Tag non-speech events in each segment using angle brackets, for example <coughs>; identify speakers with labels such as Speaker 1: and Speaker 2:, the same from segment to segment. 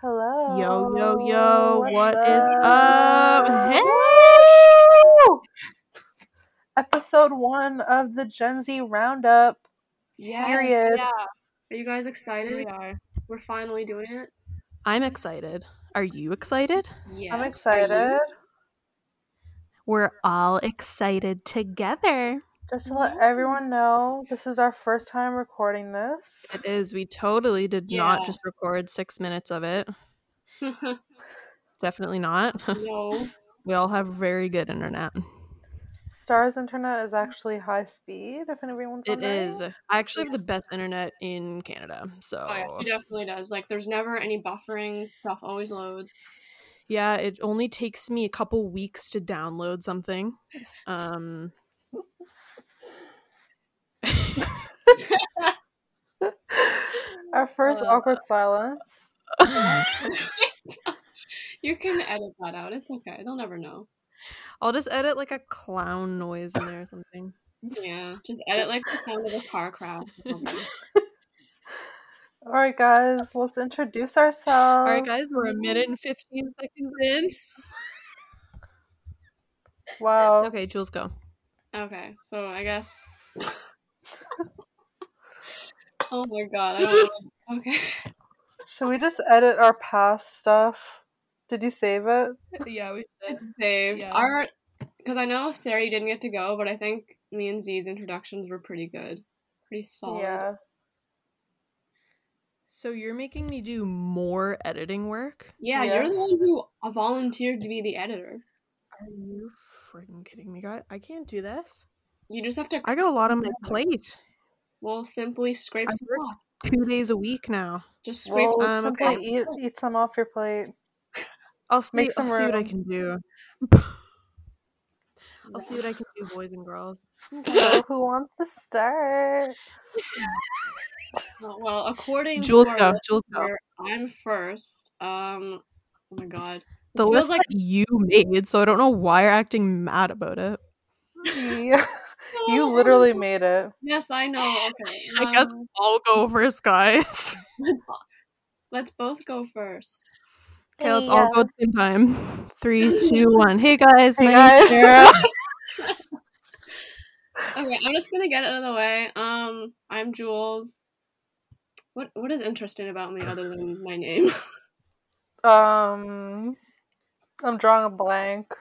Speaker 1: Hello.
Speaker 2: Yo, yo, yo, what
Speaker 1: Oh, What's
Speaker 2: is up?
Speaker 1: up?
Speaker 2: Hey!
Speaker 1: Woo! Episode one of the Gen Z Roundup.
Speaker 3: Yes.
Speaker 1: Period.
Speaker 3: Yeah,
Speaker 4: Are you guys
Speaker 3: here we
Speaker 4: excited?
Speaker 3: are.
Speaker 4: We're finally doing it.
Speaker 2: I'm excited. Are you excited?
Speaker 4: Yes.
Speaker 1: I'm
Speaker 4: Are you?
Speaker 1: excited.
Speaker 2: We're all excited together.
Speaker 1: Just to let
Speaker 2: Mm-hmm.
Speaker 1: everyone know, this is our first time recording this.
Speaker 2: It is. We totally did not
Speaker 3: Yeah.
Speaker 2: just record six minutes of it. Definitely not. <laughs>
Speaker 4: no.
Speaker 2: we all have very good internet.
Speaker 1: Stars Internet is actually high speed, if anyone's
Speaker 2: It is.
Speaker 1: wondering.
Speaker 2: I actually have the best internet in Canada. So,
Speaker 4: Oh, yeah, she definitely does. Like, there's never any buffering. Stuff always loads.
Speaker 2: yeah, it only takes me a couple weeks to download something. <laughs> Um,
Speaker 1: <laughs> Our first
Speaker 4: Uh,
Speaker 1: awkward silence.
Speaker 4: You can edit that out. It's okay. They'll never know.
Speaker 2: I'll just edit like a clown noise in there or something.
Speaker 4: Yeah. Just edit like the sound of a car crash. or something.
Speaker 1: All right, guys, let's introduce ourselves.
Speaker 2: All right, guys, we're a minute and 15 seconds in.
Speaker 1: Wow.
Speaker 2: Okay, Jules, go.
Speaker 4: okay. So I guess. <laughs> oh my god. I don't. Know. Okay.
Speaker 1: Should we just edit our past stuff? Did you save it?
Speaker 2: <laughs> Yeah, <laughs> we
Speaker 4: <laughs> It's saved.
Speaker 2: Yeah.
Speaker 4: Our. Because I know Sarah, you didn't get to go, but I think me and Z's introductions were pretty good. Pretty solid.
Speaker 1: Yeah.
Speaker 2: So you're making me do more editing work?
Speaker 4: Yeah, you're
Speaker 1: Yes.
Speaker 4: the one who uh, volunteered to be the editor.
Speaker 2: Are you freaking kidding me, guys? I can't do this.
Speaker 4: You just have to
Speaker 2: I got a lot on my plate.
Speaker 4: well simply scrape
Speaker 2: I
Speaker 4: some
Speaker 2: work-
Speaker 4: off.
Speaker 2: Two days a week now.
Speaker 4: Just scrape.
Speaker 1: Well,
Speaker 4: some-
Speaker 2: Um,
Speaker 1: simply
Speaker 2: okay.
Speaker 1: eat, eat some off your plate.
Speaker 2: I'll see,
Speaker 1: Make some
Speaker 2: I'll see what I
Speaker 1: room.
Speaker 2: can do. <laughs> I'll see what I can do, boys and girls.
Speaker 1: So who wants to start?
Speaker 4: Well, well, according
Speaker 2: Jules,
Speaker 4: to our
Speaker 2: go.
Speaker 4: list
Speaker 2: Jules, go.
Speaker 4: here, I'm first. Um, oh my god, It
Speaker 2: The
Speaker 4: feels
Speaker 2: list
Speaker 4: like
Speaker 2: that you made, so I don't know why you're acting mad about it.
Speaker 1: Yeah, you literally made it.
Speaker 4: Yes, I know. Okay,
Speaker 2: I guess-
Speaker 4: um,
Speaker 2: I'll go first, guys.
Speaker 4: <laughs> let's both go first.
Speaker 2: Okay, let's all go at the same <laughs> time. Three, two, one. Hey guys,
Speaker 1: Hey,
Speaker 2: my
Speaker 1: guys.
Speaker 2: name's Sarah.
Speaker 4: Okay, I'm just gonna get it out of the way. Um, I'm Jules. What What is interesting about me other than my name? <laughs>
Speaker 1: <laughs> Um, I'm drawing a blank.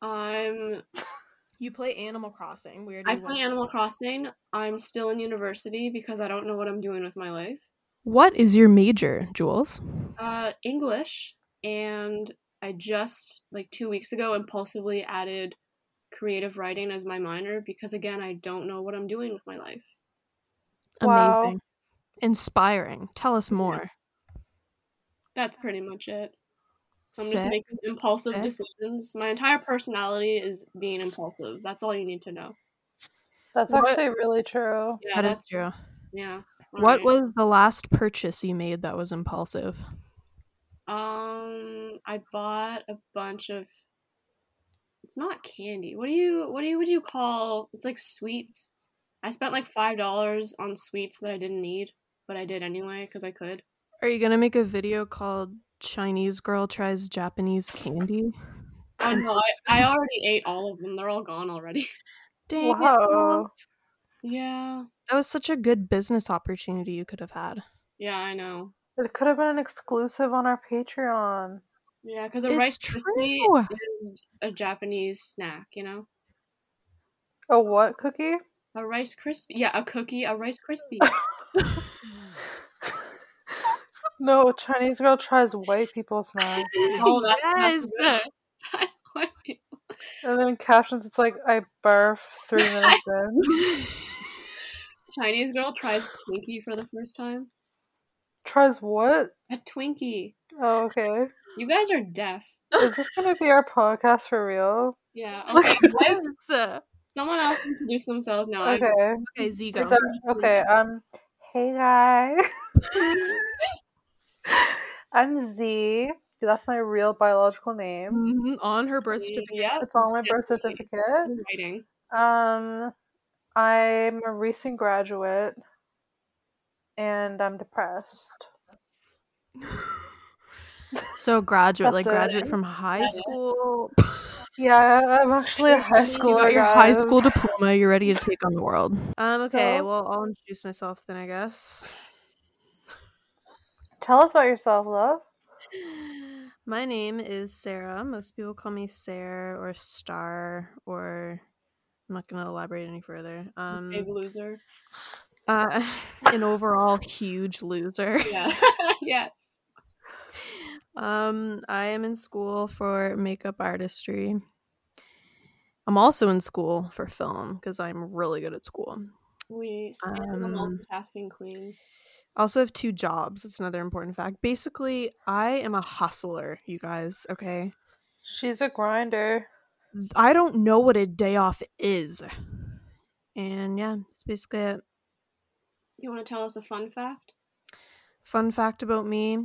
Speaker 4: I'm
Speaker 2: You play Animal Crossing. Weird.
Speaker 4: I play Animal Crossing. I'm still in university because I don't know what I'm doing with my life.
Speaker 2: What is your major, Jules?
Speaker 4: Uh, English, and I just like two weeks ago impulsively added creative writing as my minor because again I don't know what I'm doing with my life.
Speaker 1: Wow.
Speaker 2: Amazing. Inspiring. Tell us more.
Speaker 4: That's pretty much it. I'm
Speaker 2: Sick.
Speaker 4: just making impulsive
Speaker 2: Sick.
Speaker 4: decisions. My entire personality is being impulsive. That's all you need to know.
Speaker 1: That's
Speaker 2: What-
Speaker 1: actually really true.
Speaker 4: Yeah,
Speaker 2: that is
Speaker 4: that's
Speaker 2: true.
Speaker 4: yeah.
Speaker 2: What
Speaker 4: alright.
Speaker 2: was the last purchase you made that was impulsive?
Speaker 4: Um, I bought a bunch of. It's not candy. What do you? What do you? Would you call? It's like sweets. I spent like five dollars on sweets that I didn't need, but I did anyway because I could.
Speaker 2: Are you gonna make a video called Chinese girl tries Japanese candy?
Speaker 4: I know. I, I already ate all of them. They're all gone already. <laughs>
Speaker 2: Dang it,
Speaker 1: Wow.
Speaker 2: Jules.
Speaker 4: Yeah.
Speaker 2: That was such a good business opportunity you could have had.
Speaker 4: Yeah, I know.
Speaker 1: It could have been an exclusive on our Patreon.
Speaker 4: Yeah, because a
Speaker 2: It's
Speaker 4: rice
Speaker 2: true.
Speaker 4: krispie is a Japanese snack. You know,
Speaker 1: A what cookie?
Speaker 4: a rice crispy. Yeah, a cookie, a rice crispy.
Speaker 1: No, a Chinese girl tries white people's now.
Speaker 4: oh, that's-
Speaker 2: <laughs> Yes.
Speaker 4: that's good. <laughs> That's what-
Speaker 1: And then in captions, it's like, I barf three minutes
Speaker 2: <laughs>
Speaker 1: in.
Speaker 4: Chinese girl tries Twinkie for the first time.
Speaker 1: Tries what?
Speaker 4: A Twinkie.
Speaker 1: Oh, okay.
Speaker 4: You guys are deaf.
Speaker 1: Is this gonna be our podcast for real?
Speaker 4: <laughs> Yeah.
Speaker 2: Look
Speaker 4: Okay.
Speaker 2: at
Speaker 4: let
Speaker 2: this.
Speaker 4: someone else introduce themselves now. I-
Speaker 1: Okay.
Speaker 2: Okay, Z go.
Speaker 1: So- okay, um, hey guys. <laughs> I'm Z. That's my real biological name.
Speaker 2: Mhm, On her birth certificate.
Speaker 4: Yeah.
Speaker 1: It's on my birth
Speaker 4: Definitely.
Speaker 1: certificate.
Speaker 4: Writing.
Speaker 1: Um, I'm a recent graduate and I'm depressed.
Speaker 2: <laughs> So graduate, like
Speaker 1: That's it.
Speaker 2: graduate from high school.
Speaker 1: Yeah, I'm actually a high
Speaker 2: You
Speaker 1: schooler.
Speaker 2: got your high
Speaker 1: guys.
Speaker 2: school diploma. You're ready to take on the world. Um. Okay.
Speaker 1: So-
Speaker 2: Well, I'll introduce myself then. I <sighs> guess.
Speaker 1: Tell us about yourself, love.
Speaker 2: My name is Sarah. Most people call me Sarah or Star or. I'm not going to elaborate any further. Um,
Speaker 4: Big loser.
Speaker 2: <laughs> uh, <laughs> an overall huge loser.
Speaker 4: Yeah. <laughs> yes.
Speaker 2: Um, I am in school for makeup artistry. I'm also in school for film because I'm really good at school.
Speaker 4: We stand the
Speaker 2: Um,
Speaker 4: multitasking queen.
Speaker 2: Also have two jobs. That's another important fact. Basically, I am a hustler, you guys, okay?
Speaker 1: She's a grinder.
Speaker 2: I don't know what a day off is. And yeah, it's basically it.
Speaker 4: You want to tell us a
Speaker 2: <sighs>
Speaker 4: fun fact?
Speaker 2: Fun fact about me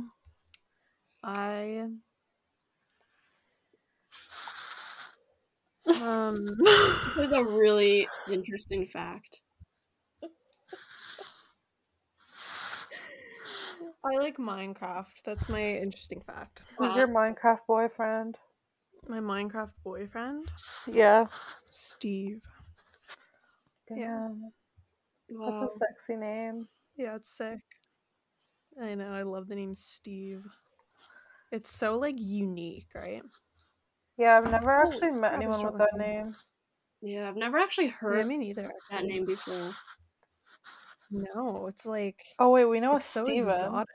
Speaker 2: I. Um, <laughs>
Speaker 4: This is a really interesting fact.
Speaker 2: I like Minecraft. That's my interesting fact.
Speaker 1: Who's your Minecraft boyfriend?
Speaker 2: My Minecraft boyfriend,
Speaker 1: Yeah.
Speaker 2: Steve. Yeah.
Speaker 1: Damn,
Speaker 4: Wow.
Speaker 1: That's a sexy name.
Speaker 2: Yeah, it's sick. I know. I love the name Steve. It's so like unique, right?
Speaker 1: Yeah, I've never
Speaker 2: Oh,
Speaker 1: actually met
Speaker 2: crap, I
Speaker 1: anyone
Speaker 2: start
Speaker 1: with
Speaker 2: with
Speaker 1: that
Speaker 2: M.
Speaker 1: name.
Speaker 4: yeah, I've never actually
Speaker 2: I
Speaker 4: heard
Speaker 2: mean, either.
Speaker 4: that name before.
Speaker 2: No, it's like
Speaker 1: Oh wait, we know a
Speaker 2: it's so
Speaker 1: Steven.
Speaker 2: exotic.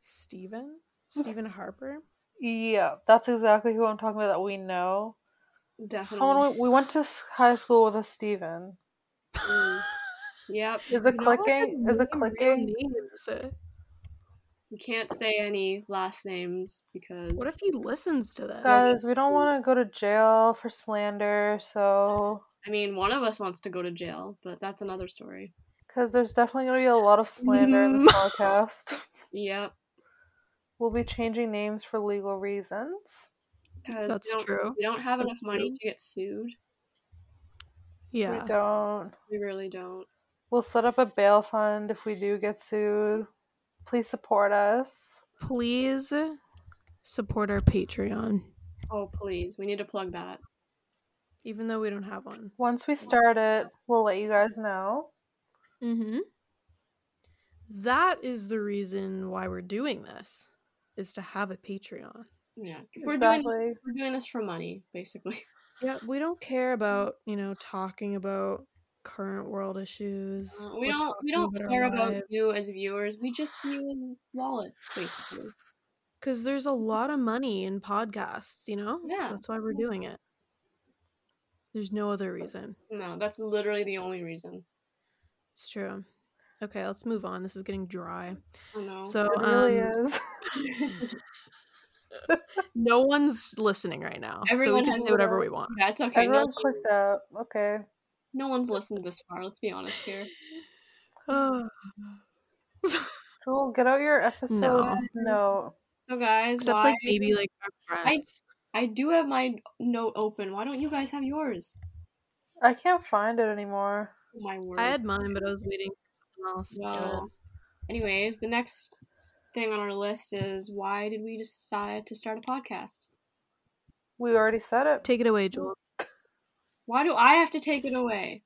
Speaker 2: Steven?
Speaker 1: <laughs>
Speaker 2: Steven Harper?
Speaker 1: Yeah, that's exactly who I'm talking about that we know.
Speaker 4: Definitely.
Speaker 1: Someone we, we went to s- high school with a Steven.
Speaker 4: Mm. Yep.
Speaker 1: Is it
Speaker 2: You know, like,
Speaker 1: clicking? Is it
Speaker 2: name, real
Speaker 1: clicking?
Speaker 2: names. Uh,
Speaker 4: We can't say any last names because
Speaker 2: What if he listens to this?
Speaker 1: Guys, we don't want to go to jail for slander, so
Speaker 2: <laughs>
Speaker 4: I mean one of us wants to go to jail, but that's another story.
Speaker 1: because there's definitely going to be a lot of slander in this
Speaker 2: Mm.
Speaker 1: podcast. <laughs>
Speaker 4: Yep.
Speaker 1: We'll be changing names for legal reasons.
Speaker 4: Because
Speaker 2: That's
Speaker 4: we don't,
Speaker 2: true.
Speaker 4: we don't have
Speaker 2: That's
Speaker 4: enough money
Speaker 2: true.
Speaker 4: to get sued.
Speaker 2: Yeah.
Speaker 1: We don't.
Speaker 4: We really don't.
Speaker 1: We'll set up a bail fund if we do get sued. Please support us.
Speaker 2: Please support our Patreon,
Speaker 4: Oh please, we need to plug that.
Speaker 2: even though we don't have one.
Speaker 1: Once we start it, we'll let you guys know.
Speaker 2: Mm-hmm. That is the reason why we're doing this, is to have a Patreon.
Speaker 4: Yeah. We're doing this,
Speaker 1: Exactly.
Speaker 4: we're doing this for money, basically.
Speaker 2: <laughs> Yeah, we don't care about you know talking about current world issues.
Speaker 4: Uh, we
Speaker 2: We're
Speaker 4: don't we
Speaker 2: talking
Speaker 4: don't
Speaker 2: our
Speaker 4: care about
Speaker 2: lives.
Speaker 4: you as viewers. We just see you as wallets, basically.
Speaker 2: because there's a lot of money in podcasts, you know. So
Speaker 4: Yeah.
Speaker 2: that's why we're doing it. There's no other reason.
Speaker 4: No, that's literally the only reason.
Speaker 2: It's true. Okay, let's move on. This is getting dry.
Speaker 4: Oh no.
Speaker 2: So
Speaker 1: It really
Speaker 2: um,
Speaker 1: is. <laughs>
Speaker 2: no one's listening right now, so we
Speaker 4: Everyone
Speaker 2: can
Speaker 4: has
Speaker 2: say whatever
Speaker 1: their-
Speaker 2: we want.
Speaker 4: <laughs>
Speaker 2: <sighs>
Speaker 4: that's okay. No,
Speaker 1: Everyone
Speaker 4: <laughs>
Speaker 1: clicked out. Okay.
Speaker 4: no one's listened this far, let's be honest here.
Speaker 1: Joel, get out your episode
Speaker 2: No.
Speaker 1: note.
Speaker 4: So guys,
Speaker 2: Except
Speaker 4: why
Speaker 2: like maybe like our
Speaker 4: I-
Speaker 2: friends.
Speaker 4: I do have my note open. Why don't you guys have yours?
Speaker 1: I can't find it anymore.
Speaker 4: Oh, my word.
Speaker 2: I had mine, but I was waiting for someone else. to do it.
Speaker 4: Wow. Anyways, the next thing on our list is why did we decide to start a podcast?
Speaker 1: We already said it.
Speaker 2: Take it away, Joel.
Speaker 4: Why do I have to take it away?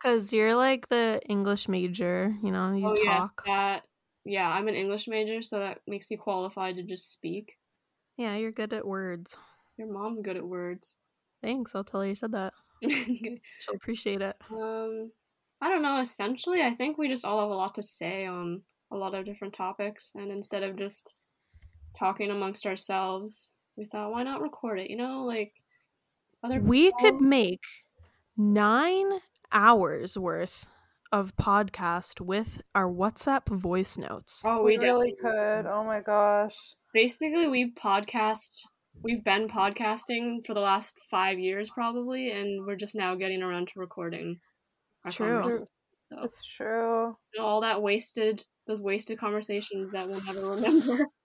Speaker 2: Because you're like the English major, you know, you
Speaker 4: oh
Speaker 2: talk.
Speaker 4: yeah, that yeah, I'm an English major, so that makes me qualified to just speak.
Speaker 2: Yeah. you're good at words.
Speaker 4: Your mom's good at words. <laughs>
Speaker 2: Thanks. I'll tell her you said that.
Speaker 4: um,
Speaker 2: She'll appreciate it.
Speaker 4: I don't know. Essentially, I think we just all have a lot to say on a lot of different topics, and instead of just talking amongst ourselves, we thought, why not record it? You know, like other
Speaker 2: We could
Speaker 4: people-
Speaker 2: make nine hours worth of podcast with our WhatsApp voice notes.
Speaker 4: Oh,
Speaker 1: we,
Speaker 4: we,
Speaker 1: really
Speaker 4: definitely
Speaker 1: could. Oh my gosh.
Speaker 4: basically we podcast we've been podcasting for the last five years probably and we're just now getting around to recording our
Speaker 2: True.
Speaker 4: conversations. so
Speaker 1: It's true.
Speaker 4: you know, all that wasted those wasted conversations that we'll never remember <laughs>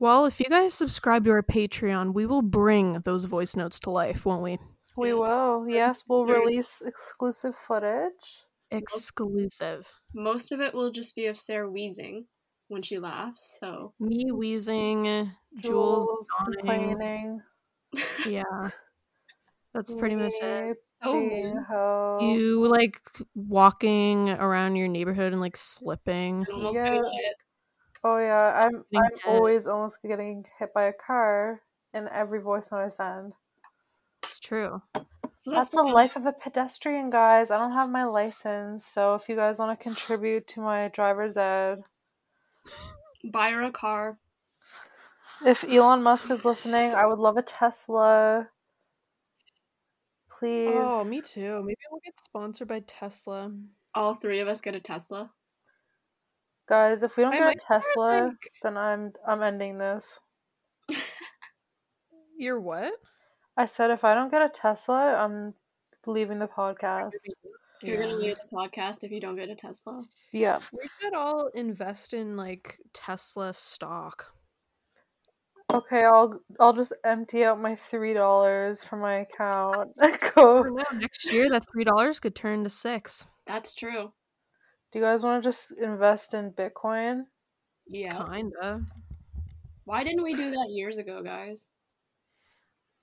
Speaker 2: Well, if you guys subscribe to our Patreon, we will bring those voice notes to life, won't we?
Speaker 1: We
Speaker 4: Yeah.
Speaker 1: will. Yes, we'll
Speaker 4: very-
Speaker 1: release exclusive footage.
Speaker 2: Exclusive.
Speaker 4: most of it will just be of sarah wheezing when she laughs. So
Speaker 2: Me wheezing, Jules,
Speaker 1: Jules
Speaker 2: yawning.
Speaker 1: complaining.
Speaker 2: Yeah. That's pretty much it.
Speaker 1: Me
Speaker 4: oh,
Speaker 1: being a hoe.
Speaker 2: You like walking around your neighborhood and like slipping.
Speaker 4: I'm almost
Speaker 1: Yeah.
Speaker 4: gonna get it.
Speaker 1: Oh yeah, I'm
Speaker 2: Getting
Speaker 1: I'm
Speaker 2: hit.
Speaker 1: always almost getting hit by a car in every voice note I send.
Speaker 2: It's true.
Speaker 4: So
Speaker 1: That's
Speaker 4: that's,
Speaker 1: the life of a pedestrian, guys. I don't have my license, so if you guys want to contribute to my driver's ed,
Speaker 4: buy her a car.
Speaker 1: if Elon Musk is listening, I would love a Tesla. Please.
Speaker 2: Oh, me too. Maybe we'll get sponsored by Tesla.
Speaker 4: All three of us get a Tesla.
Speaker 1: Guys, if we don't
Speaker 2: I
Speaker 1: get a
Speaker 2: might start,
Speaker 1: Tesla,
Speaker 2: like-
Speaker 1: then I'm I'm ending this.
Speaker 2: You're what?
Speaker 1: I said if I don't get a Tesla, I'm leaving the podcast.
Speaker 4: You're gonna leave the podcast if you don't get a Tesla.
Speaker 1: Yeah.
Speaker 2: We should all invest in like Tesla stock.
Speaker 1: Okay, I'll I'll just empty out my three dollars from my account <laughs> and go.
Speaker 2: No, Oh, next year that three dollars could turn to six.
Speaker 4: That's true.
Speaker 1: Do you guys want to just invest in Bitcoin?
Speaker 4: Yeah.
Speaker 2: Kinda.
Speaker 4: Why didn't we do that years ago, guys?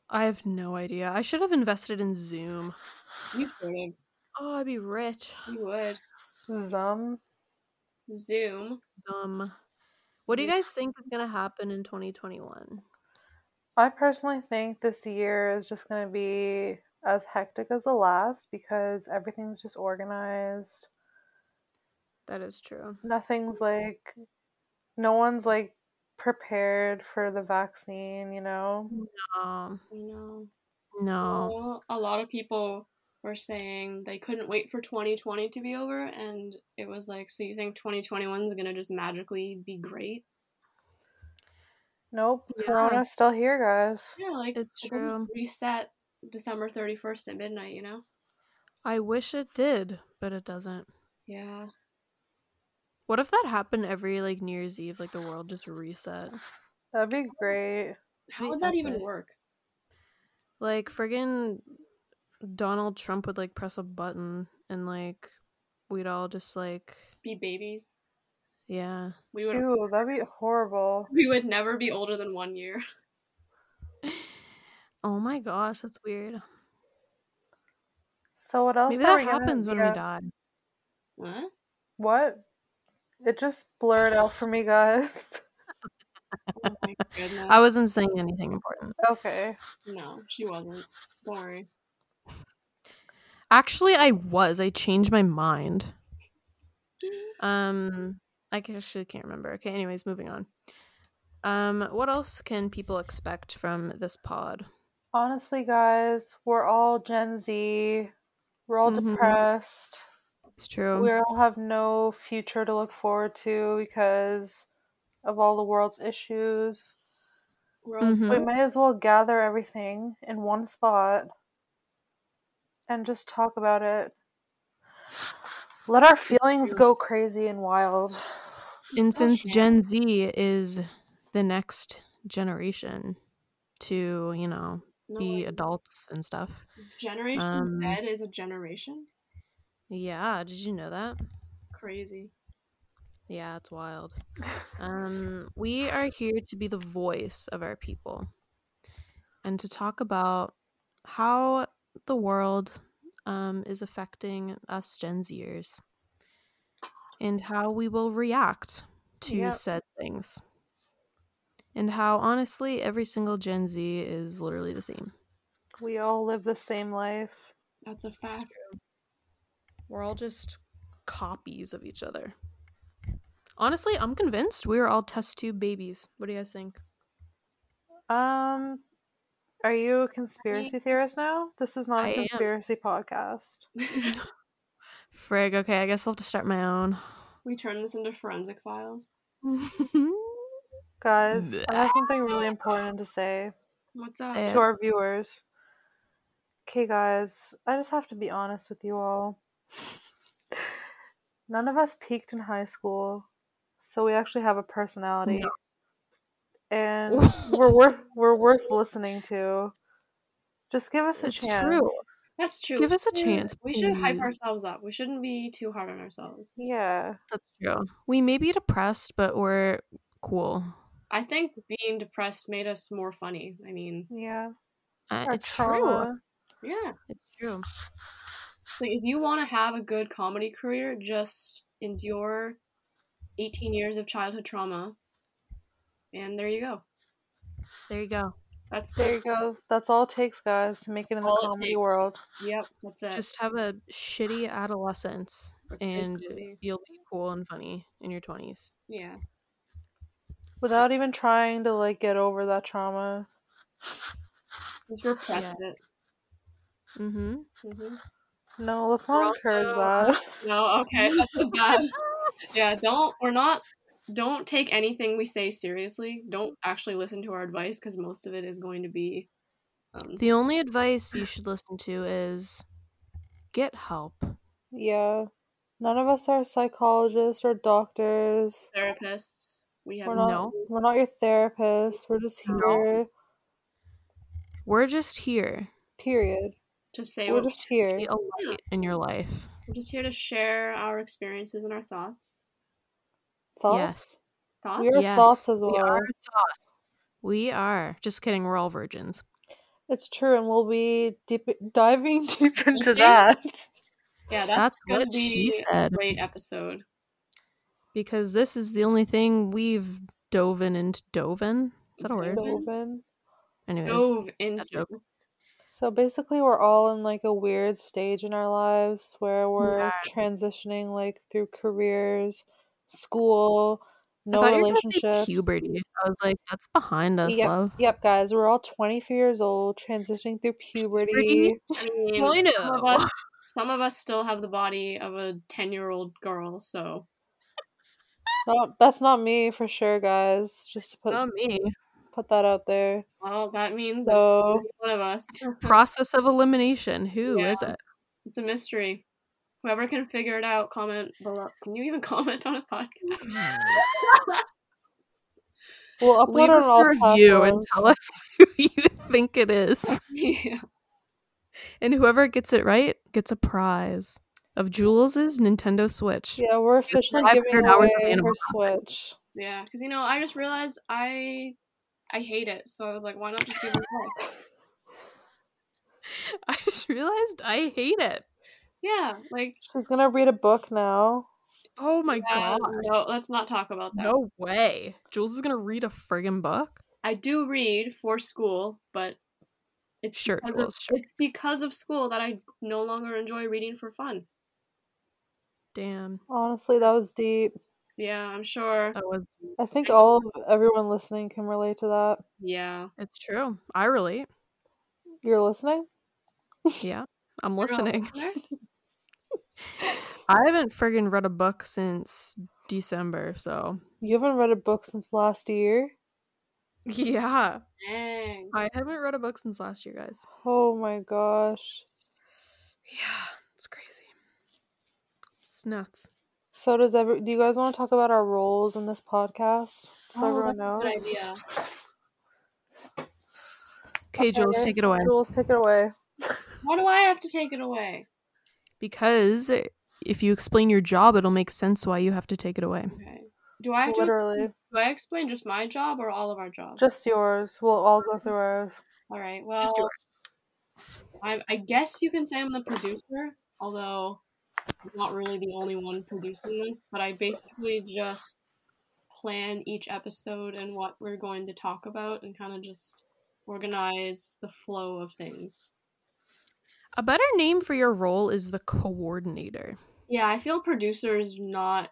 Speaker 2: I have no idea. I should have invested in Zoom.
Speaker 4: You should have.
Speaker 2: Oh, I'd be rich.
Speaker 4: You would.
Speaker 1: Zum.
Speaker 4: Zoom.
Speaker 2: Um, what do you
Speaker 4: Zoom.
Speaker 2: guys think is gonna happen in 2021?
Speaker 1: I personally think this year is just going to be as hectic as the last because everything's just organized.
Speaker 2: That is true.
Speaker 1: Nothing's like, no one's like prepared for the vaccine, you know?
Speaker 2: Um,
Speaker 4: I know.
Speaker 2: no.
Speaker 4: Well, a lot of people were saying they couldn't wait for 2020 to be over, and it was like, so you think 2021 is gonna just magically be great?
Speaker 1: Nope.
Speaker 2: Yeah.
Speaker 1: Corona's still here, guys.
Speaker 4: Yeah, like
Speaker 2: It's
Speaker 4: it doesn't
Speaker 2: true.
Speaker 4: Reset December 31st at midnight. You know.
Speaker 2: I wish it did, but it doesn't.
Speaker 4: Yeah.
Speaker 2: What if that happened every like New Year's Eve? Like the world just reset.
Speaker 1: That'd be great.
Speaker 4: How
Speaker 2: Wait,
Speaker 4: would that even
Speaker 2: okay.
Speaker 4: work?
Speaker 2: Like friggin' Donald Trump would like press a button and like we'd all just like
Speaker 4: Be babies.
Speaker 2: yeah.
Speaker 4: We would.
Speaker 1: Ew, that'd be horrible.
Speaker 4: <laughs> We would never be older than
Speaker 2: <laughs>
Speaker 4: one year.
Speaker 2: Oh my gosh, that's weird.
Speaker 1: So, what else?
Speaker 2: Maybe
Speaker 1: are
Speaker 2: that
Speaker 1: we gonna-
Speaker 2: happens when
Speaker 1: yeah.
Speaker 2: we die.
Speaker 4: What?
Speaker 1: What? It just blurred out for me, guys. <laughs>
Speaker 4: Oh my goodness.
Speaker 2: I wasn't saying anything important.
Speaker 1: okay.
Speaker 4: no, she wasn't. Don't worry.
Speaker 2: Actually, I was. I changed my mind. Um, I ca- actually can't remember. Okay, anyways, moving on. Um, what else can people expect from this pod?
Speaker 1: Honestly, guys, we're all Gen Z. We're all
Speaker 2: Mhm.
Speaker 1: depressed.
Speaker 2: It's true.
Speaker 1: We all have no future to look forward to because of all the world's issues.
Speaker 4: We're all
Speaker 2: Mhm.
Speaker 1: We
Speaker 4: <laughs>
Speaker 1: may as well gather everything in one spot and just talk about it. Let our feelings
Speaker 4: true.
Speaker 1: go crazy and wild.
Speaker 2: And since
Speaker 4: shit.
Speaker 2: Gen Z is the next generation to, you know,
Speaker 4: no,
Speaker 2: be
Speaker 4: like,
Speaker 2: adults and stuff.
Speaker 4: Generation
Speaker 2: um,
Speaker 4: Z is a generation.
Speaker 2: Yeah, did you know that?
Speaker 4: Crazy.
Speaker 2: Yeah, it's wild. Um, we are here to be the voice of our people and to talk about how the world um, is affecting us Gen Zers and how we will react to
Speaker 1: Yep.
Speaker 2: said things. And how honestly, every single Gen Z is literally the same.
Speaker 1: We all live the same life.
Speaker 4: That's a fact.
Speaker 2: We're all just copies of each other. Honestly, I'm convinced we are all test tube babies. What do you guys think?
Speaker 1: Um, are you a conspiracy theorist now? This is not
Speaker 2: I
Speaker 1: a
Speaker 2: am.
Speaker 1: conspiracy podcast.
Speaker 2: Frig, okay, I guess I'll have to start
Speaker 1: <laughs>
Speaker 2: my own.
Speaker 4: <laughs> we turn this into forensic files.
Speaker 1: Guys, I have something really important to say
Speaker 4: What's up?
Speaker 2: Say Yeah.
Speaker 1: to our viewers. Okay, guys, I just have to be honest with you all. None of us peaked in high school, so we actually have a personality.
Speaker 2: <laughs>
Speaker 1: And we're worth we're worth listening to. Just give us a
Speaker 2: It's
Speaker 1: chance.
Speaker 2: true.
Speaker 4: That's true.
Speaker 2: Give us a
Speaker 4: We should-
Speaker 2: chance,
Speaker 4: We should hype
Speaker 2: please.
Speaker 4: ourselves up. We shouldn't be too hard on ourselves.
Speaker 1: Yeah.
Speaker 2: That's true. We may be depressed, but we're cool.
Speaker 4: I think being depressed made us more funny. I mean,
Speaker 1: Yeah.
Speaker 2: Uh,
Speaker 1: Our
Speaker 2: it's true.
Speaker 1: trauma.
Speaker 4: yeah.
Speaker 2: It's true.
Speaker 4: Like, if you want to have a good comedy career, just endure 18 years of childhood trauma. And there you go.
Speaker 2: There you go.
Speaker 4: That's
Speaker 1: There
Speaker 4: the
Speaker 1: you go. That's all it takes, guys, to make it in the
Speaker 4: All it
Speaker 1: comedy
Speaker 4: takes.
Speaker 1: world.
Speaker 4: yep. That's it.
Speaker 2: Just have a shitty adolescence
Speaker 4: That's
Speaker 2: and
Speaker 4: basically-
Speaker 2: you'll be cool and funny in your 20s.
Speaker 4: yeah.
Speaker 1: Without even trying to like get over that trauma.
Speaker 4: Just repress it.
Speaker 2: Mm-hmm.
Speaker 4: Mhm.
Speaker 1: No, let's
Speaker 2: We're
Speaker 1: not encourage
Speaker 2: also, uh,
Speaker 1: that.
Speaker 4: <laughs> No,
Speaker 1: <laughs>
Speaker 4: Oh, okay, that's so bad. Yeah, don't. We're not. Don't take anything we say seriously. Don't actually listen to our advice because most of it is going to be. Um,
Speaker 2: The only advice you should listen to is get help.
Speaker 1: Yeah. None of us are psychologists or doctors.
Speaker 4: therapists. We have
Speaker 1: We're not
Speaker 2: No.
Speaker 1: we're not your therapists. We're just
Speaker 2: No.
Speaker 1: here.
Speaker 2: We're just here
Speaker 1: Period.
Speaker 4: to say.
Speaker 1: We're
Speaker 4: What,
Speaker 1: just here.
Speaker 2: to be a light in your life.
Speaker 4: we're just here to share our experiences and our thoughts.
Speaker 1: Thoughts?
Speaker 4: Thoughts.
Speaker 1: We are
Speaker 2: Yes,
Speaker 1: thoughts as
Speaker 2: We
Speaker 1: well.
Speaker 2: are thoughts. We are. Just kidding. We're all virgins.
Speaker 1: It's true, and we'll be deep diving <laughs> deep into
Speaker 4: Okay.
Speaker 1: that.
Speaker 4: yeah, that's,
Speaker 2: That's
Speaker 4: gonna
Speaker 2: what she
Speaker 4: be
Speaker 2: said.
Speaker 4: a great episode.
Speaker 2: Because this is the only thing we've dove in into. Dove in? Is that a word?
Speaker 4: Dove.
Speaker 1: Dovin.
Speaker 2: Anyways.
Speaker 4: Dove into.
Speaker 2: dope.
Speaker 1: So basically, we're all in like a weird stage in our lives where we're
Speaker 2: are.
Speaker 1: transitioning like through careers, school,
Speaker 2: I
Speaker 1: no
Speaker 2: thought you were gonna say
Speaker 1: relationships.
Speaker 2: puberty. I was like, that's behind us,
Speaker 1: Yep,
Speaker 2: love.
Speaker 1: yep, guys, we're all 23 years old, transitioning through puberty.
Speaker 4: I mean,
Speaker 2: I
Speaker 4: some of
Speaker 2: know.
Speaker 4: us. Some of us still have the body of a ten-year-old girl. So
Speaker 1: Not that's not me for sure, guys. Just to put
Speaker 2: Not
Speaker 4: <laughs>
Speaker 2: me.
Speaker 1: put that out there.
Speaker 4: well, that means there's
Speaker 1: So
Speaker 4: only one of us.
Speaker 2: Process of elimination. Who is
Speaker 4: Yeah.
Speaker 2: it?
Speaker 4: It's a mystery. Whoever can figure it out, comment below. Can you even <laughs> comment on a podcast?
Speaker 2: <laughs>
Speaker 1: we'll upload
Speaker 2: Leave
Speaker 1: on
Speaker 2: us
Speaker 1: all
Speaker 2: a review and
Speaker 1: platforms.
Speaker 2: tell us <laughs> who you think it is.
Speaker 4: yeah.
Speaker 2: And whoever gets it right gets a prize of Jules' Nintendo Switch.
Speaker 1: Yeah, we're officially
Speaker 2: I've
Speaker 1: giving
Speaker 2: heard hours
Speaker 1: away
Speaker 2: of Animal
Speaker 1: her Switch.
Speaker 4: Yeah, because you know, I just realized I I hate it, so I was like, why not just give it away?
Speaker 2: <laughs> I just realized I hate it.
Speaker 4: yeah, like
Speaker 1: She's gonna read a book now.
Speaker 2: Oh my
Speaker 4: uh,
Speaker 2: god.
Speaker 4: no, let's not talk about that.
Speaker 2: No way. Jules is gonna read a friggin' book?
Speaker 4: I do read for school, but it's
Speaker 2: Sure,
Speaker 4: because of,
Speaker 2: Jules, sure.
Speaker 4: it's because of school that I no longer enjoy reading for fun.
Speaker 2: Damn.
Speaker 1: Honestly, that was deep.
Speaker 4: Yeah, I'm sure.
Speaker 2: That was
Speaker 1: I think all of everyone listening can relate to that.
Speaker 4: Yeah,
Speaker 2: it's true. I <laughs> relate.
Speaker 1: You're listening?
Speaker 2: Yeah. I'm
Speaker 4: You're a
Speaker 2: listening. <laughs>
Speaker 4: listener?
Speaker 2: I haven't friggin' read a book since December, so
Speaker 1: You haven't read a book since last year?
Speaker 2: yeah. <laughs>
Speaker 4: Dang.
Speaker 2: I haven't read a book since last year, guys.
Speaker 1: Oh my gosh.
Speaker 2: Yeah, it's crazy. It's nuts.
Speaker 1: So does every do you guys want to talk about our roles in this podcast? So
Speaker 4: Oh,
Speaker 1: everyone knows.
Speaker 4: Good idea.
Speaker 2: Okay, Jules, take it away.
Speaker 1: Jules, take it away.
Speaker 4: Why do I have to take it away?
Speaker 2: Because if you explain your job, it'll make sense why you have to take it away.
Speaker 4: Okay. Do I have to
Speaker 1: Literally.
Speaker 4: Do I explain just my job or all of our jobs?
Speaker 1: Just yours. We'll all go through ours.
Speaker 4: all right.
Speaker 2: Just
Speaker 4: Well, I'm, I guess you can say I'm the producer, although I'm not really the only one producing this. But I basically just plan each episode and what we're going to talk about, and kind of just organize the flow of things.
Speaker 2: A better name for your role is the coordinator.
Speaker 4: Yeah, I feel producer is not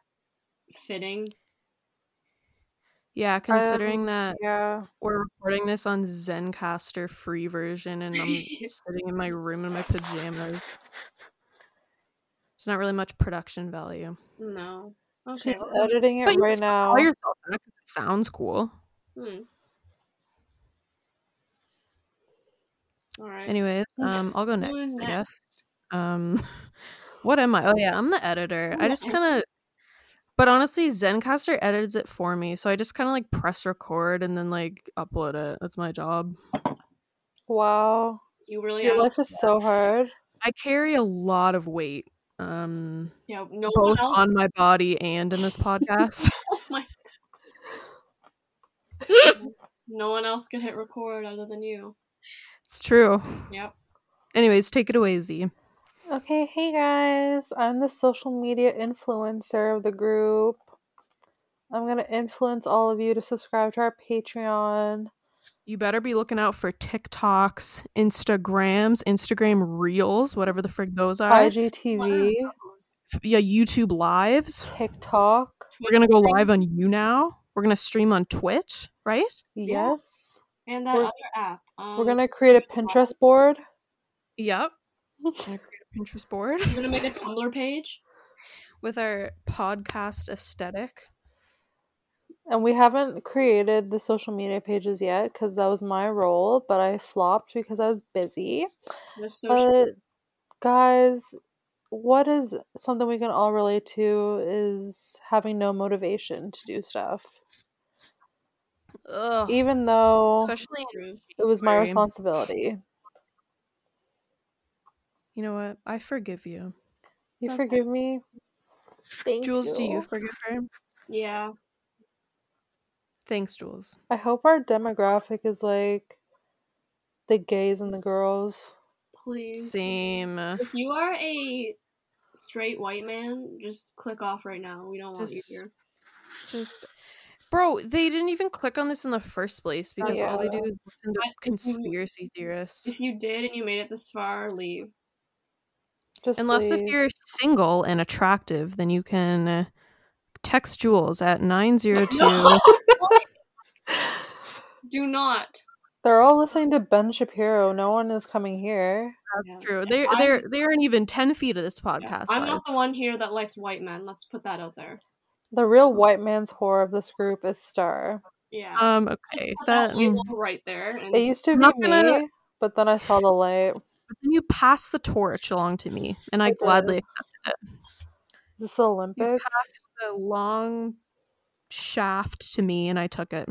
Speaker 4: fitting.
Speaker 2: Yeah, considering that
Speaker 1: Yeah.
Speaker 2: we're recording this on Zencaster free version and
Speaker 4: <laughs>
Speaker 2: I'm sitting in my room in my pajamas. There's not really much production value.
Speaker 4: No. Okay.
Speaker 1: She's
Speaker 4: well,
Speaker 1: editing it
Speaker 2: But you
Speaker 1: right
Speaker 2: still
Speaker 1: now.
Speaker 4: Oh.
Speaker 2: Call yourself that 'cause it sounds cool.
Speaker 4: hmm. All right. <laughs>
Speaker 2: Anyways, um, I'll go next,
Speaker 4: Who's
Speaker 2: I guess. Um, <laughs> what am I? Oh yeah, I'm the editor.
Speaker 4: I'm
Speaker 2: I
Speaker 4: the
Speaker 2: just kind of, but honestly, ZenCaster edits it for me, so I just kind of like press record and then like upload it. That's my job.
Speaker 1: Wow.
Speaker 4: You really
Speaker 1: Your
Speaker 4: have
Speaker 1: life is so hard.
Speaker 2: I carry a lot of weight. Um
Speaker 4: You know, no
Speaker 2: both
Speaker 4: one else.
Speaker 2: on my body and in
Speaker 4: <laughs>
Speaker 2: this podcast.
Speaker 4: oh my- no one else could hit record other than you.
Speaker 2: it's true.
Speaker 4: Yep.
Speaker 2: Anyways, take it away, Z.
Speaker 1: Okay, hey guys. I'm the social media influencer of the group. I'm going to influence all of you to subscribe to our Patreon.
Speaker 2: You better be looking out for TikToks, Instagrams, Instagram Reels, whatever the frig those are.
Speaker 4: What are
Speaker 1: IGTV,
Speaker 4: those?
Speaker 2: Yeah, YouTube Lives.
Speaker 1: TikTok.
Speaker 2: We're gonna go
Speaker 4: Twitter
Speaker 2: live on you now. We're gonna stream on Twitch, right?
Speaker 4: Yeah.
Speaker 1: Yes.
Speaker 4: And that
Speaker 1: We're-
Speaker 4: other app. Um,
Speaker 1: We're going to create a Pinterest board. <laughs>
Speaker 2: Yep. Gonna create a Pinterest board
Speaker 4: You're gonna make a Tumblr page.
Speaker 2: with our podcast aesthetic.
Speaker 1: And we haven't created the social media pages yet because that was my role, but I flopped because I was busy.
Speaker 2: Uh,
Speaker 4: The social.
Speaker 1: But guys, what is something we can all relate to is having no motivation to do stuff.
Speaker 2: Ugh.
Speaker 1: Even though
Speaker 2: Oh, Especially, in-
Speaker 1: it was my
Speaker 2: Sorry.
Speaker 1: responsibility.
Speaker 2: you know what? I forgive you,
Speaker 1: You
Speaker 4: okay.
Speaker 1: forgive me? Thank
Speaker 2: Jules. Do you forgive her?
Speaker 4: yeah.
Speaker 2: Thanks, Jules.
Speaker 1: I hope our demographic is like the gays and the girls.
Speaker 4: Please.
Speaker 2: Same.
Speaker 4: If you are a straight white man, just click off right now. We don't want
Speaker 2: Just-
Speaker 4: you here.
Speaker 2: Just, bro, they didn't even click on this in the first place because all they do is listen to
Speaker 4: Oh, I-
Speaker 2: conspiracy theorists.
Speaker 4: If you did and you made it this far, leave.
Speaker 1: Just
Speaker 2: Unless if
Speaker 1: leave.
Speaker 2: you're single and attractive, then you can uh, text Jules at
Speaker 4: <laughs>
Speaker 2: 902.
Speaker 4: Do not.
Speaker 1: they're all listening to Ben Shapiro. No one is coming here.
Speaker 4: Yeah.
Speaker 2: True.
Speaker 4: And
Speaker 2: They're,
Speaker 4: I'm-
Speaker 2: they're, they aren't even 10 feet of this
Speaker 4: yeah,
Speaker 2: podcast.
Speaker 4: I'm not
Speaker 2: guys.
Speaker 4: the one here that likes white men. Let's put that out there.
Speaker 1: The real white man's whore of this group is Star.
Speaker 4: Yeah.
Speaker 2: Um,
Speaker 4: Just
Speaker 2: okay.
Speaker 4: put
Speaker 2: That,
Speaker 4: that
Speaker 2: mm.
Speaker 4: label right there. And
Speaker 1: It used to
Speaker 2: I'm
Speaker 1: be
Speaker 2: not gonna-
Speaker 1: me, but then I saw the light.
Speaker 2: Then you pass the torch along to me, and I
Speaker 1: It
Speaker 2: gladly
Speaker 1: is. Is this the Olympics?
Speaker 2: passed the long shaft to me, and I took it.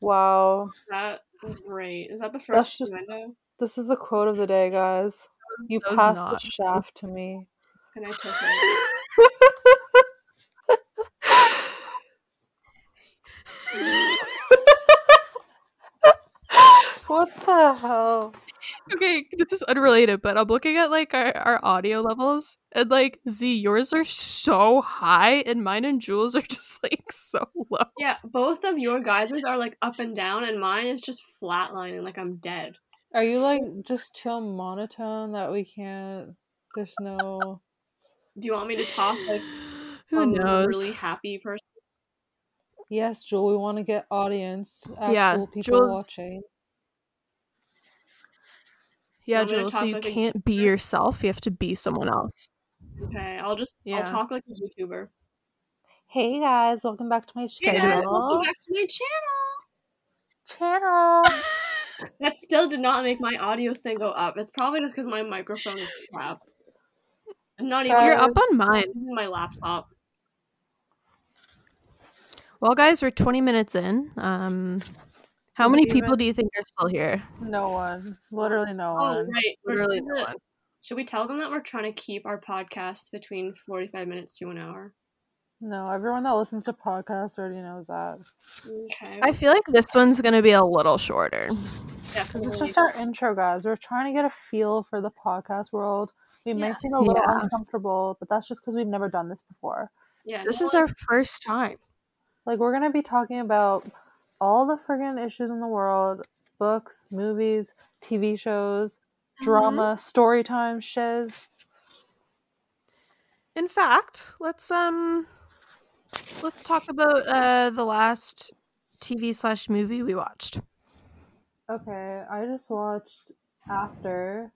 Speaker 1: Wow.
Speaker 4: that is great. Is that the
Speaker 1: That's
Speaker 4: first
Speaker 1: just-
Speaker 4: innuendo?
Speaker 1: This is the quote of the day, guys. You
Speaker 2: That was
Speaker 1: passed the
Speaker 2: not-
Speaker 1: shaft to me.
Speaker 4: And I took it.
Speaker 1: What the hell?
Speaker 2: okay, this is unrelated, but I'm looking at like our, our audio levels, and like Z, yours are so high, and mine and Jules are <laughs> just like so low.
Speaker 4: Yeah, both of your guises are like up and down, and mine is just flatlining like I'm dead.
Speaker 1: Are you like just too monotone that we can't? There's no.
Speaker 4: Do you want me to talk like
Speaker 2: <sighs> Who
Speaker 4: I'm
Speaker 2: knows?
Speaker 4: a really happy person?
Speaker 1: Yes, Jewel, we want to get audience, actual
Speaker 2: Yeah,
Speaker 1: people
Speaker 2: Jewel's-
Speaker 1: watching.
Speaker 2: yeah,
Speaker 4: I'm gonna
Speaker 2: Jules. So
Speaker 4: talk
Speaker 2: you
Speaker 4: like a
Speaker 2: can't be yourself; you have to be someone else.
Speaker 4: Okay, I'll just
Speaker 2: Yeah.
Speaker 4: I'll talk like a YouTuber.
Speaker 1: Hey guys, welcome back to my
Speaker 4: Hey
Speaker 2: Okay,
Speaker 4: guys,
Speaker 2: Danielle.
Speaker 4: welcome back to my channel.
Speaker 1: Channel.
Speaker 4: That still did not make my audio thing go up. It's probably just because my microphone is crap. I'm not even
Speaker 2: You're up
Speaker 1: Guys.
Speaker 2: on mine.
Speaker 4: using my laptop.
Speaker 2: Well, guys, we're 20 minutes in. Um, how
Speaker 1: So
Speaker 2: many
Speaker 1: we
Speaker 2: people
Speaker 1: went-
Speaker 2: do you think are still here?
Speaker 1: No one. Literally no
Speaker 4: Oh
Speaker 1: one.
Speaker 4: right, we're
Speaker 2: Literally
Speaker 4: trying
Speaker 2: no
Speaker 4: to-
Speaker 2: one.
Speaker 4: Should we tell them that we're trying to keep our podcasts between 45 minutes to an hour?
Speaker 1: No, everyone that listens to podcasts already knows that.
Speaker 4: Okay.
Speaker 2: I feel like this one's gonna be a little shorter.
Speaker 1: This is
Speaker 4: definitely.
Speaker 1: just our intro, guys. We're trying to get a feel for the podcast world. We may
Speaker 4: Yeah.
Speaker 1: seem a little
Speaker 2: Yeah.
Speaker 1: uncomfortable, but that's just because we've never done this before.
Speaker 4: Yeah,
Speaker 2: This
Speaker 4: no
Speaker 2: is
Speaker 4: one-
Speaker 2: our first time.
Speaker 1: Like, we're going to be talking about all the friggin' issues in the world books, movies, TV shows, drama, story time, shiz.
Speaker 2: In fact, let's um let's talk about uh the last TV slash movie we watched.
Speaker 1: Okay, I just watched After.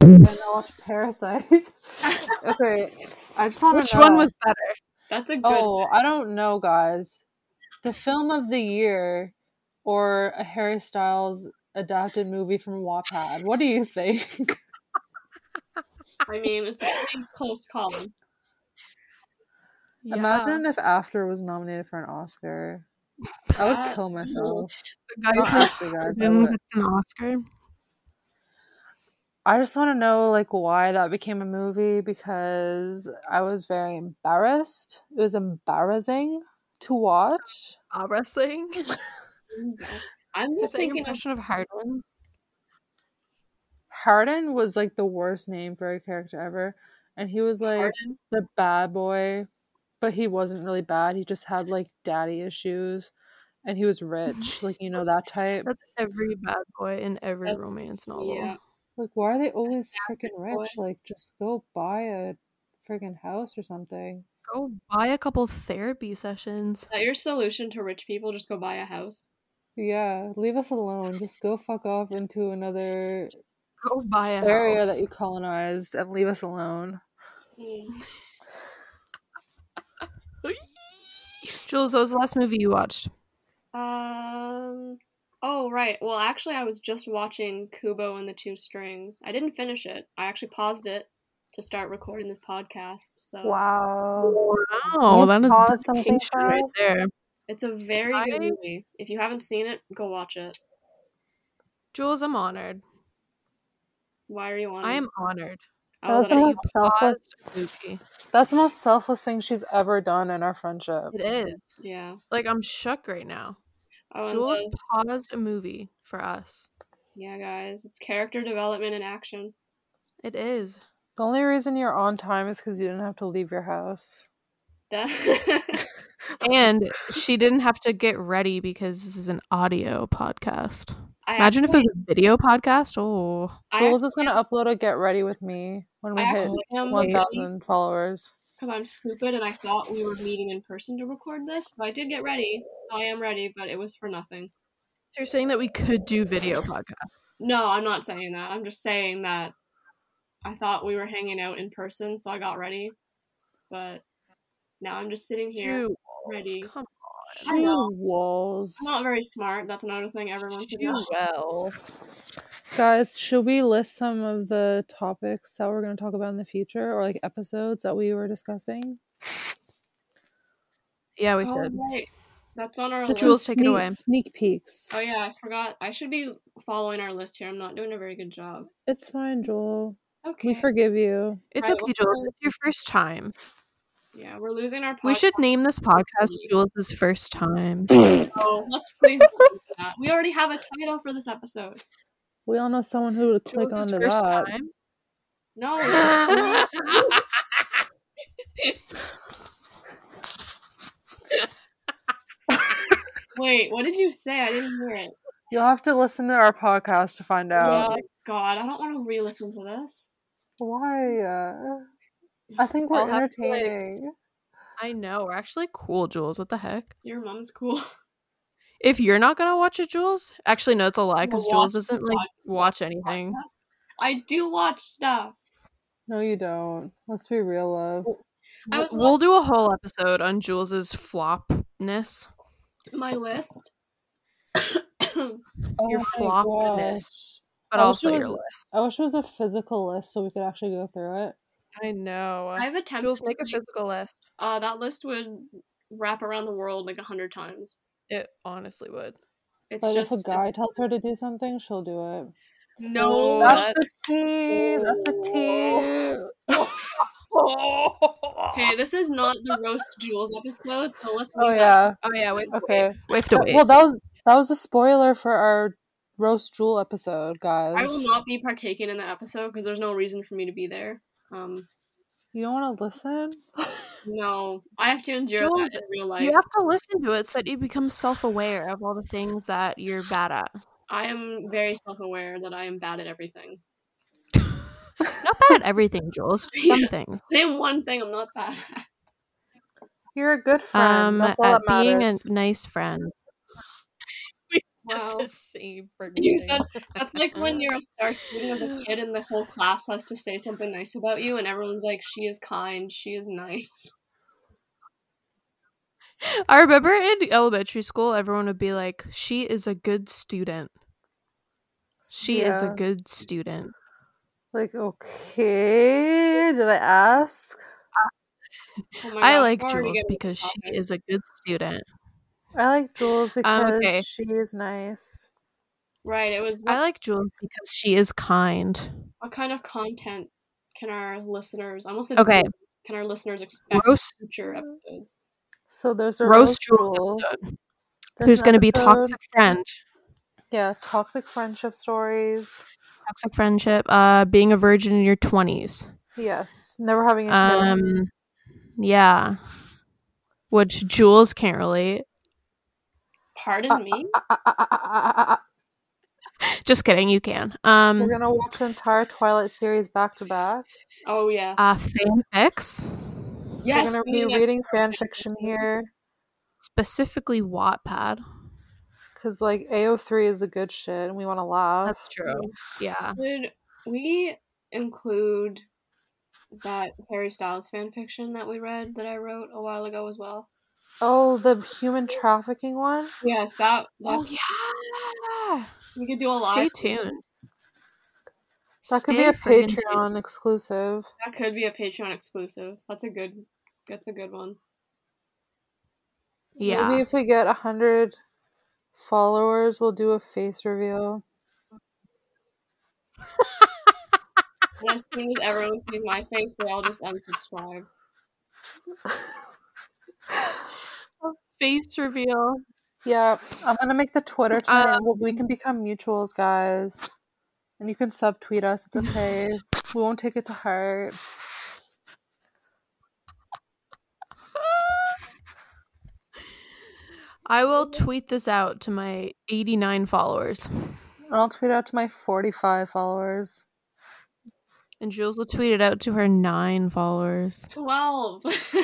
Speaker 1: And I watched Parasite. <laughs> okay, I just want
Speaker 2: Which one was better?
Speaker 4: That's a good.
Speaker 1: Oh, I don't know, guys. The film of the year or a Harry Styles adapted movie from Wattpad. What do you think? <laughs>
Speaker 4: I mean, it's a pretty close call.
Speaker 1: Imagine if After was nominated for an Oscar. I would kill myself.
Speaker 2: the guy <laughs>
Speaker 1: Not
Speaker 2: who <laughs>
Speaker 1: After, guys. I
Speaker 2: wins
Speaker 1: would.
Speaker 2: an Oscar.
Speaker 1: I just want to know like why that became a movie because I was very embarrassed. It was embarrassing to watch.
Speaker 2: Embarrassing. <laughs>
Speaker 4: I'm
Speaker 2: Is that
Speaker 4: just
Speaker 2: your
Speaker 4: thinking of
Speaker 2: impression of Harden?
Speaker 1: Harden was like the worst name for a character ever, and he was like
Speaker 4: Harden.
Speaker 1: the bad boy, but he wasn't really bad. He just had like daddy issues, and he was <laughs> rich, like you know that type.
Speaker 2: That's every bad boy in every
Speaker 4: That's-
Speaker 2: romance novel.
Speaker 4: Yeah.
Speaker 1: Like, why are they always freaking
Speaker 4: boy.
Speaker 1: rich? Like, just go buy a freaking house or something.
Speaker 2: Go buy a couple therapy sessions.
Speaker 4: Is that your solution to rich people? Just go buy a house.
Speaker 1: Yeah, leave us alone. Just go fuck off into another
Speaker 2: Go buy a
Speaker 1: area
Speaker 2: house.
Speaker 1: that you colonized and leave us alone.
Speaker 2: Jules, what was the last movie you watched?
Speaker 4: Um. Oh right. Well, actually, I was just watching Kubo and the Two Strings. I didn't finish it. I actually paused it to start recording this podcast. So
Speaker 1: Wow.
Speaker 2: Wow,
Speaker 1: You
Speaker 2: that is
Speaker 1: paused something
Speaker 2: dedication
Speaker 1: for
Speaker 2: right
Speaker 1: us?
Speaker 2: there.
Speaker 4: it's a very good
Speaker 2: I-
Speaker 4: movie. If you haven't seen it, go watch it.
Speaker 2: Jules, I'm honored.
Speaker 4: Why are you on?
Speaker 2: I am honored.
Speaker 4: Oh,
Speaker 1: That
Speaker 4: that
Speaker 2: <laughs>
Speaker 4: I- <laughs>
Speaker 1: was the most selfless-
Speaker 2: Paused a movie.
Speaker 1: That's the most selfless thing she's ever done in our friendship.
Speaker 2: It is.
Speaker 4: yeah.
Speaker 2: Like, I'm shook right now.
Speaker 4: Oh, and
Speaker 2: Jules
Speaker 4: the-
Speaker 2: paused a movie for us.
Speaker 4: yeah, guys. It's character development in action. <laughs>
Speaker 2: It is.
Speaker 1: The only reason you're on time is because you didn't have to leave your house.
Speaker 4: That-
Speaker 2: And
Speaker 4: <laughs>
Speaker 2: she didn't have to get ready because this is an audio podcast.
Speaker 4: I
Speaker 2: Imagine if it
Speaker 4: actually-
Speaker 2: was a video podcast. Oh,
Speaker 4: I
Speaker 1: Jules is going to upload a Get Ready With Me when we
Speaker 4: I
Speaker 1: hit
Speaker 4: actually
Speaker 2: oh
Speaker 4: am
Speaker 1: 1,000 followers.
Speaker 4: because I'm stupid and I thought we were meeting in person to record this, so I did get ready. So I am ready, but it was for nothing.
Speaker 2: so you're saying that we could do
Speaker 4: <laughs>
Speaker 2: video podcast?
Speaker 4: No, I'm not saying that. I'm just saying that I thought we were hanging out in person, so I got ready. But now I'm just sitting here
Speaker 2: Jules,
Speaker 4: ready.
Speaker 2: come
Speaker 4: I know.
Speaker 1: Jules.
Speaker 4: I'm not very smart. That's another thing everyone should know.
Speaker 2: well.
Speaker 1: Guys, should we list some of the topics that we're going to talk about in the future or like episodes that we were discussing?
Speaker 2: Yeah, we
Speaker 4: <laughs> Oh,
Speaker 2: should.
Speaker 4: right. That's on our
Speaker 1: Just
Speaker 4: list.
Speaker 1: some
Speaker 2: Jules, take it
Speaker 1: sneak,
Speaker 2: away.
Speaker 1: sneak peeks.
Speaker 4: Oh yeah, I forgot. I should be following our list here. I'm not doing a very good job.
Speaker 1: It's fine, Joel.
Speaker 4: Okay.
Speaker 1: We forgive you.
Speaker 2: It's
Speaker 4: Right,
Speaker 2: okay,
Speaker 4: well-
Speaker 2: Jules. It's your first time.
Speaker 4: yeah, we're losing our podcast.
Speaker 2: We should name this podcast Jules' first
Speaker 4: <laughs>
Speaker 2: time.
Speaker 4: so let's please <laughs> don't do that. We already have a title for this episode.
Speaker 1: We all know someone who would click
Speaker 2: Jules'
Speaker 1: onto
Speaker 2: first
Speaker 1: that.
Speaker 2: time.
Speaker 4: No.
Speaker 2: <laughs>
Speaker 4: <laughs> Wait, what did you say? I didn't hear it.
Speaker 1: You'll have to listen to our podcast to find out.
Speaker 4: Oh God, I don't want to re-listen to this.
Speaker 1: Why? uh, I think we're
Speaker 2: I'll have to, like-
Speaker 1: entertaining.
Speaker 2: I know. We're actually cool, Jules. What the heck?
Speaker 4: Your mom's cool. <laughs>
Speaker 2: If you're not gonna watch it, Jules. Actually, no, it's a lie because
Speaker 4: We'll
Speaker 2: Jules
Speaker 4: watch
Speaker 2: doesn't like watch anything.
Speaker 4: I do watch stuff.
Speaker 1: No, you don't. Let's be real, love.
Speaker 4: I was
Speaker 2: We'll do a whole episode on Jules's flopness.
Speaker 4: watching
Speaker 2: Oh. <coughs>
Speaker 4: my list.
Speaker 2: Your
Speaker 1: Oh my
Speaker 2: flopness, but
Speaker 1: Oh,
Speaker 2: also your
Speaker 1: Jules.
Speaker 2: list.
Speaker 1: I wish it was a physical list so we could actually go through it.
Speaker 2: I know.
Speaker 4: I've attempted.
Speaker 2: Jules,
Speaker 4: to
Speaker 2: make a physical list.
Speaker 4: uh, that list would wrap around the world like a hundred times.
Speaker 2: It honestly would.
Speaker 4: It's
Speaker 1: But if
Speaker 4: just
Speaker 1: a guy tells her to do something, she'll do it.
Speaker 4: no.
Speaker 2: Oh, That's
Speaker 1: <laughs>
Speaker 4: that's-
Speaker 1: the tea. That's the tea.
Speaker 4: okay, this is not the roast jewels episode, so let's.
Speaker 1: Oh
Speaker 4: leave that.
Speaker 1: yeah.
Speaker 2: Oh yeah, wait.
Speaker 1: Okay. <laughs>
Speaker 2: We have to
Speaker 1: That-
Speaker 2: wait.
Speaker 1: Well, that was that was a spoiler for our roast jewel episode, guys.
Speaker 4: I will not be partaking in that episode because there's no reason for me to be there. Um,
Speaker 1: You don't want to listen. <laughs>
Speaker 4: no, I have to endure
Speaker 2: Jules,
Speaker 4: that in real life.
Speaker 2: you have to listen to it so that you become self-aware of all the things that you're bad at.
Speaker 4: I am very self-aware that I am bad at everything.
Speaker 2: Not bad at everything, Jules. just Some
Speaker 4: Yeah.
Speaker 2: things.
Speaker 4: Name one thing I'm not bad
Speaker 2: <laughs>
Speaker 4: at.
Speaker 1: You're a good friend.
Speaker 2: Um,
Speaker 1: That's all
Speaker 2: at
Speaker 1: that
Speaker 2: being a
Speaker 1: matters.
Speaker 2: nice friend.
Speaker 4: Wow.
Speaker 2: same
Speaker 4: You said
Speaker 2: <laughs>
Speaker 4: that's like when you're a star student as a kid and the whole class has to say something nice about you and everyone's like, She is kind, she is nice.
Speaker 2: I remember in elementary school, everyone would be like, "She is a good student. She is a
Speaker 1: Yeah.
Speaker 2: good student."
Speaker 1: Like, okay, did I ask?
Speaker 4: Oh my
Speaker 2: I
Speaker 4: gosh,
Speaker 2: like
Speaker 4: we're already
Speaker 2: Jules
Speaker 4: getting
Speaker 2: because
Speaker 4: off
Speaker 2: she
Speaker 4: topic.
Speaker 2: is a good student.
Speaker 1: I like Jules because
Speaker 2: okay.
Speaker 1: she is nice.
Speaker 4: Right, it was
Speaker 2: I like Jules because she is kind.
Speaker 4: What kind of content can our listeners? I almost said
Speaker 2: Okay.
Speaker 4: Can our listeners expect
Speaker 2: Roast-
Speaker 4: future episodes?
Speaker 1: So there's a
Speaker 2: Roast
Speaker 1: roast,
Speaker 2: Jules
Speaker 1: rule.
Speaker 2: episode.
Speaker 1: an
Speaker 2: There's going to be
Speaker 1: episode-
Speaker 2: toxic friend,
Speaker 1: Yeah, toxic friendship stories.
Speaker 2: toxic friendship, uh, being a virgin in your twenties.
Speaker 1: Yes, never having a kiss.
Speaker 2: Um, yeah, which Jules can't relate.
Speaker 4: Pardon
Speaker 1: Uh,
Speaker 4: me.
Speaker 1: Ah, ah, ah, ah, ah, ah, ah.
Speaker 2: Just kidding, you can. Um,
Speaker 1: We're gonna watch the entire Twilight series back to back.
Speaker 4: Oh yes.
Speaker 2: uh, fanfics,
Speaker 1: We're
Speaker 4: yes.
Speaker 1: gonna be
Speaker 4: reading a
Speaker 1: reading
Speaker 4: story.
Speaker 1: fan fiction here
Speaker 2: specifically Wattpad.
Speaker 1: because like AO3 is the good shit, and we want to laugh.
Speaker 2: That's true. Yeah.
Speaker 4: Would we include that Harry Styles fan fiction that we read that I wrote a while ago as well?
Speaker 1: Oh, the human trafficking one.
Speaker 4: Yes, that.
Speaker 1: Oh,
Speaker 4: that
Speaker 2: Oh, yeah.
Speaker 4: We could do a lot.
Speaker 2: Stay tuned.
Speaker 1: That could be a
Speaker 2: friggin' tuned.
Speaker 1: Patreon exclusive.
Speaker 4: That could be a Patreon exclusive. That's a good. That's a good one.
Speaker 2: Yeah.
Speaker 1: Maybe if we get a hundred followers, we'll do a face reveal.
Speaker 4: And as soon as everyone sees my face, they all just unsubscribe.
Speaker 2: Face reveal.
Speaker 1: Yeah, I'm gonna make the Twitter Twitter.
Speaker 2: Um,
Speaker 1: well, we can become mutuals, guys, and you can subtweet us. It's okay. we won't take it to heart.
Speaker 2: I will tweet this out to my 89 followers.
Speaker 1: And I'll tweet out to my 45 followers.
Speaker 2: And Jules will tweet it out to her nine followers.
Speaker 4: Twelve. <laughs>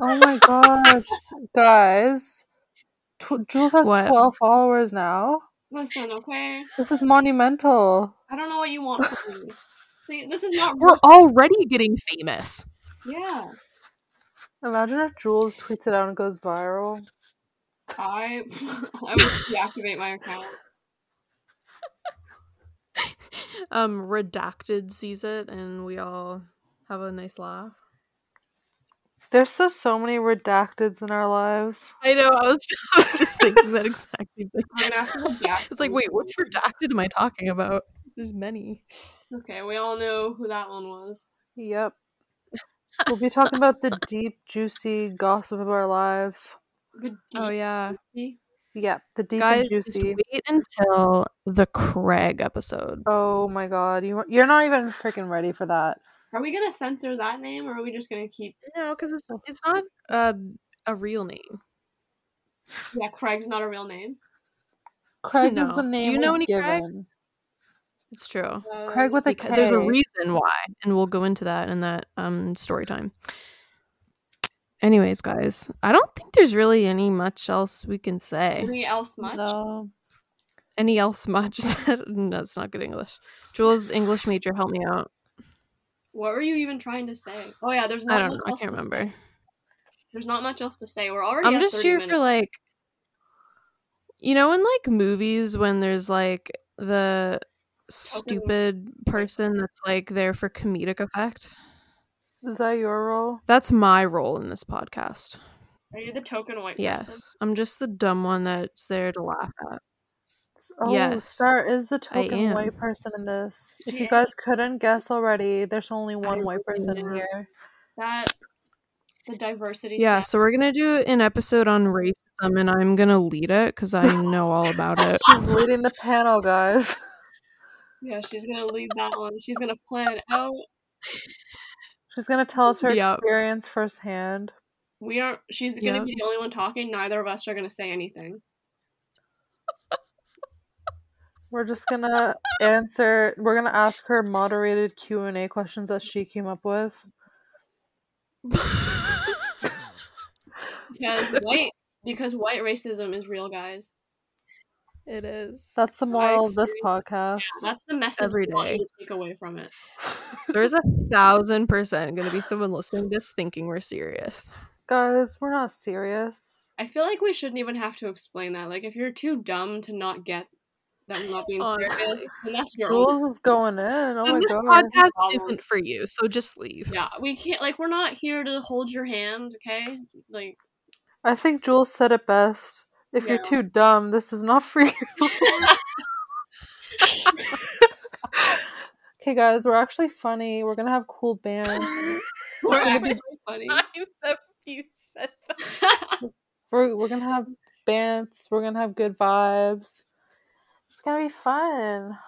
Speaker 1: Oh my gosh, guys! Tw- Jules has
Speaker 2: What?
Speaker 1: 12 followers now.
Speaker 4: Listen, okay.
Speaker 1: This is monumental.
Speaker 4: I don't know what you want from
Speaker 2: <laughs>
Speaker 4: me. See, this is not.
Speaker 2: We're
Speaker 4: real-
Speaker 2: already getting famous.
Speaker 4: yeah.
Speaker 1: Imagine if Jules tweets it out and goes viral.
Speaker 4: I <laughs> I would deactivate my account.
Speaker 2: Um, Redacted sees it, and we all have a nice laugh.
Speaker 1: There's so so many redacteds in our lives.
Speaker 2: I know. I was, <laughs> I was just thinking that exactly. <laughs>
Speaker 4: We're gonna have to redact
Speaker 2: It's like,
Speaker 4: these
Speaker 2: wait, which
Speaker 4: things.
Speaker 2: redacted am I talking about? There's many.
Speaker 4: Okay, we all know who that one was.
Speaker 1: Yep. We'll be talking about the deep, juicy gossip of our lives.
Speaker 4: The
Speaker 2: Oh yeah,
Speaker 4: deep-
Speaker 1: Yep, the deep
Speaker 2: guys,
Speaker 1: and
Speaker 2: just
Speaker 1: juicy.
Speaker 2: wait until the Craig episode.
Speaker 1: Oh my god, you you're not even freaking ready for that.
Speaker 4: Are we gonna censor that name, or are we just gonna keep?
Speaker 2: No, because it's it's not um a real name.
Speaker 4: Yeah, Craig's not a real name.
Speaker 1: <laughs> Craig is
Speaker 2: No.
Speaker 1: the
Speaker 2: Do
Speaker 1: name
Speaker 2: you know
Speaker 1: we've
Speaker 2: any Craig?
Speaker 1: given.
Speaker 2: It's true.
Speaker 4: Uh,
Speaker 1: Craig with a K.
Speaker 2: Because there's a reason why, and we'll go into that in that um story time. Anyways, guys, I don't think there's really any much else we can say.
Speaker 4: Anything else much?
Speaker 1: No.
Speaker 2: Any else much? <laughs> no, it's not good English. Jules, English major, help me out.
Speaker 4: What were you even trying to say? Oh yeah, there's
Speaker 2: I
Speaker 4: not.
Speaker 2: don't know.
Speaker 4: much
Speaker 2: I
Speaker 4: else
Speaker 2: can't
Speaker 4: to say.
Speaker 2: remember.
Speaker 4: There's not much else to say. We're already.
Speaker 2: I'm
Speaker 4: at
Speaker 2: just
Speaker 4: 30
Speaker 2: here
Speaker 4: minutes.
Speaker 2: for like you know in like movies when there's like the stupid person that's like there for comedic effect.
Speaker 1: Is that your role?
Speaker 2: That's my role in this podcast.
Speaker 4: Are you the token white person?
Speaker 2: Yes. I'm just the dumb one that's there to laugh at.
Speaker 1: S- Oh,
Speaker 2: Yes,
Speaker 1: Star is the
Speaker 2: I
Speaker 1: token
Speaker 2: am.
Speaker 1: white person in this. If
Speaker 4: Yeah.
Speaker 1: you guys couldn't guess already, there's only one
Speaker 2: really
Speaker 1: white person
Speaker 2: am.
Speaker 1: here.
Speaker 4: That the diversity.
Speaker 2: Yeah,
Speaker 4: stat-
Speaker 2: so we're going to do an episode on racism and I'm going to lead it cuz I know all about it.
Speaker 1: She's leading the panel, guys. <laughs>
Speaker 4: Yeah, she's gonna lead that one. She's gonna plan it out.
Speaker 1: She's gonna tell us her
Speaker 2: Yep.
Speaker 1: experience firsthand.
Speaker 4: We aren't. She's gonna
Speaker 2: Yeah.
Speaker 4: be the only one talking. Neither of us are gonna say anything.
Speaker 1: We're just gonna answer. We're gonna ask her moderated Q and A questions that she came up with.
Speaker 4: Because
Speaker 2: <laughs>
Speaker 4: white, because white racism is real, guys.
Speaker 2: <laughs> it is.
Speaker 1: That's the
Speaker 4: I
Speaker 1: moral of this podcast.
Speaker 4: That's the message
Speaker 2: Every
Speaker 4: we want you
Speaker 2: day.
Speaker 4: to take away from it.
Speaker 2: There's a thousand percent going to be someone listening to this thinking we're serious.
Speaker 1: Guys, we're not serious.
Speaker 4: I feel like we shouldn't even have to explain that. Like, if you're too dumb to not get that
Speaker 2: <laughs>
Speaker 4: we're not
Speaker 2: Oh,
Speaker 4: being serious,
Speaker 2: Honestly.
Speaker 4: then that's your own.
Speaker 1: Jules is going in. Oh my
Speaker 2: Then this
Speaker 1: god.
Speaker 2: podcast
Speaker 4: Problem.
Speaker 2: isn't for you, so just leave. <laughs>
Speaker 4: Yeah, we can't. Like, we're not here to hold your hand. Okay, like,
Speaker 1: I think Jules said it best. If you're
Speaker 4: Yeah.
Speaker 1: too dumb, this is not for you. okay, guys, we're actually funny. We're gonna have cool bands.
Speaker 4: We're
Speaker 1: gonna
Speaker 4: <laughs>
Speaker 1: be-
Speaker 4: actually funny.
Speaker 2: have <laughs> you said that.
Speaker 1: We're we're gonna have bands. We're gonna have good vibes. It's gonna be fun.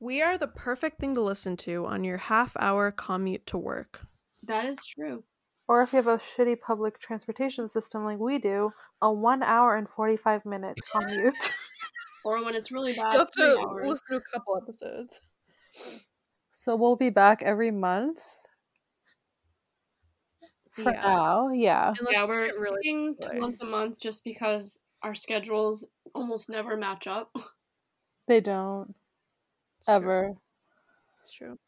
Speaker 2: We are the perfect thing to listen to on your half hour commute to work.
Speaker 4: that is true.
Speaker 1: Or if you have a shitty public transportation system like we do, a one hour and forty five minute commute.
Speaker 4: Or when it's really bad,
Speaker 2: You have
Speaker 4: three
Speaker 2: to
Speaker 4: hours.
Speaker 2: listen to a couple <laughs> episodes.
Speaker 1: so we'll be back every month for
Speaker 2: Yeah.
Speaker 1: now. Yeah.
Speaker 2: Unless
Speaker 4: yeah,
Speaker 2: you
Speaker 4: we're
Speaker 2: get really
Speaker 4: sticking to
Speaker 2: popular.
Speaker 4: once a month just because our schedules almost never
Speaker 2: <laughs>
Speaker 4: match up.
Speaker 1: They don't
Speaker 2: It's true.
Speaker 1: ever.
Speaker 2: It's true.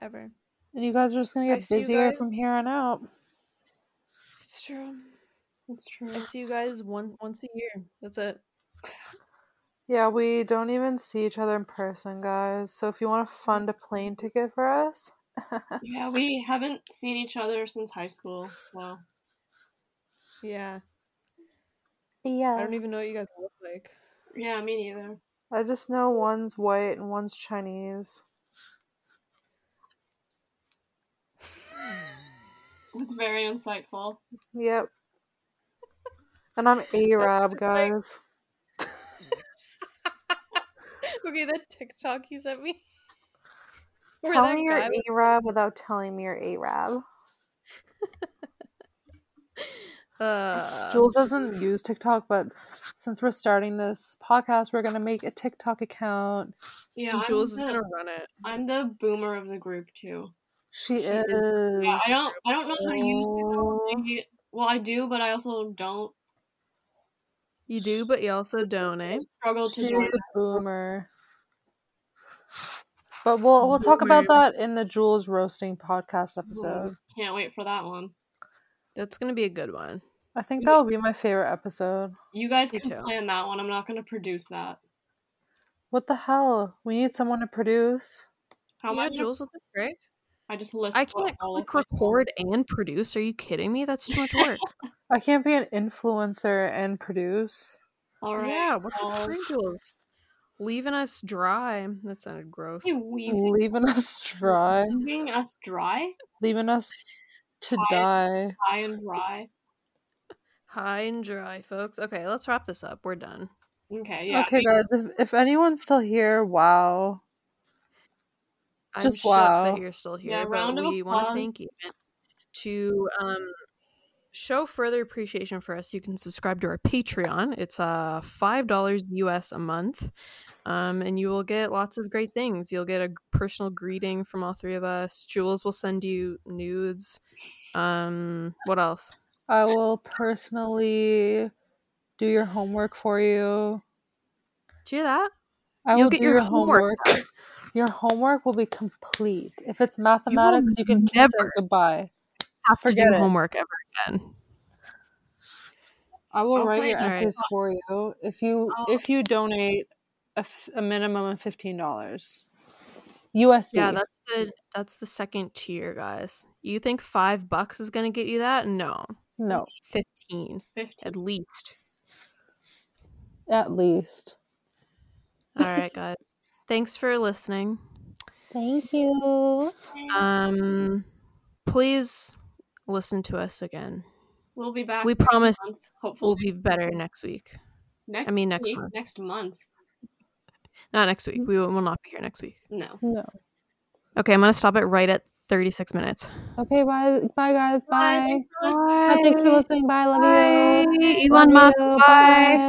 Speaker 2: Ever.
Speaker 1: And you guys are just gonna
Speaker 2: I
Speaker 1: get
Speaker 2: see you
Speaker 1: busier
Speaker 2: guys.
Speaker 1: from here on out.
Speaker 2: It's true.
Speaker 4: That's true.
Speaker 2: I see you guys one once a year. That's it.
Speaker 1: Yeah, we don't even see each other in person, guys. So if you want to fund a plane ticket for us,
Speaker 4: <laughs> Yeah, we haven't seen each other since high school. So
Speaker 2: Yeah. I
Speaker 1: yeah.
Speaker 2: don't even know what you guys look like. <laughs>
Speaker 4: yeah, me neither.
Speaker 1: e, I just know one's white and one's Chinese.
Speaker 4: It's very insightful.
Speaker 1: Yep. And I'm <laughs> Arab, guys.
Speaker 2: okay, that TikTok you sent me. <laughs> Where
Speaker 1: Tell
Speaker 2: that
Speaker 1: me you're
Speaker 2: guy was-
Speaker 1: Arab without telling me you're Arab.
Speaker 4: Um,
Speaker 2: Uh,
Speaker 1: Jules doesn't use TikTok, but since we're starting this podcast, we're gonna make a TikTok account.
Speaker 4: Yeah, I'm
Speaker 2: Jules is
Speaker 4: the-
Speaker 2: gonna run it.
Speaker 4: I'm the boomer of the group too.
Speaker 1: She,
Speaker 2: She
Speaker 1: is.
Speaker 2: is-
Speaker 4: Yeah, I don't I don't know how to use technology. Well, I do, but I also don't
Speaker 2: You do, but you also don't, eh?
Speaker 4: struggle to
Speaker 1: She's
Speaker 4: join.
Speaker 1: a boomer. But we'll we'll talk about that in the Jules roasting podcast episode.
Speaker 4: Can't wait for that one.
Speaker 2: That's gonna be a good one.
Speaker 1: I think that will be my favorite episode.
Speaker 4: You guys
Speaker 2: Me
Speaker 4: can
Speaker 2: too.
Speaker 4: plan that one. I'm not going to produce that.
Speaker 1: What the hell? We need someone to produce.
Speaker 4: How am
Speaker 2: yeah,
Speaker 4: I? gonna-
Speaker 2: Jules with the frick.
Speaker 4: I just list.
Speaker 2: I
Speaker 4: what
Speaker 2: can't
Speaker 4: all of
Speaker 2: click
Speaker 4: my-
Speaker 2: record and produce. Are you kidding me? That's too much work.
Speaker 1: I can't be an influencer and produce.
Speaker 4: <laughs> All right.
Speaker 2: Yeah, what's
Speaker 4: well,
Speaker 2: the point, Jules? Leaving us dry. That sounded gross.
Speaker 4: you weaving,
Speaker 1: Leaving us dry.
Speaker 4: leaving us dry,
Speaker 1: Leaving us to
Speaker 4: Quiet.
Speaker 1: die.
Speaker 4: high and dry.
Speaker 2: High and dry, folks. Okay, let's wrap this up. We're done.
Speaker 4: Okay. Yeah.
Speaker 1: Okay, guys, if, if anyone's still here, wow.
Speaker 2: I'm
Speaker 1: Just
Speaker 2: shocked
Speaker 1: wow.
Speaker 2: that you're still here.
Speaker 4: Yeah,
Speaker 2: but
Speaker 4: round of
Speaker 2: we want to
Speaker 4: applause.
Speaker 2: thank you and to um, show further appreciation for us. You can subscribe to our Patreon. It's uh five dollars US a month, um, and you will get lots of great things. You'll get a g- personal greeting from all three of us. Jules will send you nudes. Um, what else?
Speaker 1: I will personally do your homework for you.
Speaker 2: Do you hear that?
Speaker 1: I
Speaker 2: You'll
Speaker 1: will
Speaker 2: get
Speaker 1: do
Speaker 2: your
Speaker 1: your homework.
Speaker 2: homework.
Speaker 1: Your homework will be complete. If it's mathematics, you, can kiss it
Speaker 2: never-
Speaker 1: goodbye.
Speaker 2: Have to
Speaker 1: Forget
Speaker 2: do
Speaker 1: it.
Speaker 2: homework ever again.
Speaker 1: I will
Speaker 4: Oh,
Speaker 1: write
Speaker 4: wait,
Speaker 1: your
Speaker 2: all right.
Speaker 1: essays for you if you
Speaker 4: Oh.
Speaker 1: if you donate a, f- a minimum of fifteen dollars USD.
Speaker 2: Yeah, that's the that's the second tier, guys. You think five bucks is gonna get you that? No,
Speaker 1: no,
Speaker 2: fifteen
Speaker 4: Fifteen.
Speaker 2: at least.
Speaker 1: at least.
Speaker 2: <laughs> All right, guys. Thanks for listening.
Speaker 1: Thank you.
Speaker 2: Um, please listen to us again.
Speaker 4: We'll be back.
Speaker 2: We
Speaker 4: next
Speaker 2: promise
Speaker 4: month,
Speaker 2: We'll
Speaker 4: Hopefully.
Speaker 2: be better next week.
Speaker 4: next
Speaker 2: I mean, next
Speaker 4: week,
Speaker 2: month.
Speaker 4: Next month.
Speaker 2: Not next week. We will will not be here next week.
Speaker 4: No.
Speaker 1: No.
Speaker 2: Okay, I'm gonna stop it right at 36 minutes.
Speaker 1: Okay. Bye. Bye, guys. Bye.
Speaker 4: Thanks for listening.
Speaker 1: Bye. Thanks for listening. Bye. Love you.
Speaker 2: Bye. Elon
Speaker 1: Love
Speaker 2: Musk.
Speaker 1: you.
Speaker 2: Bye.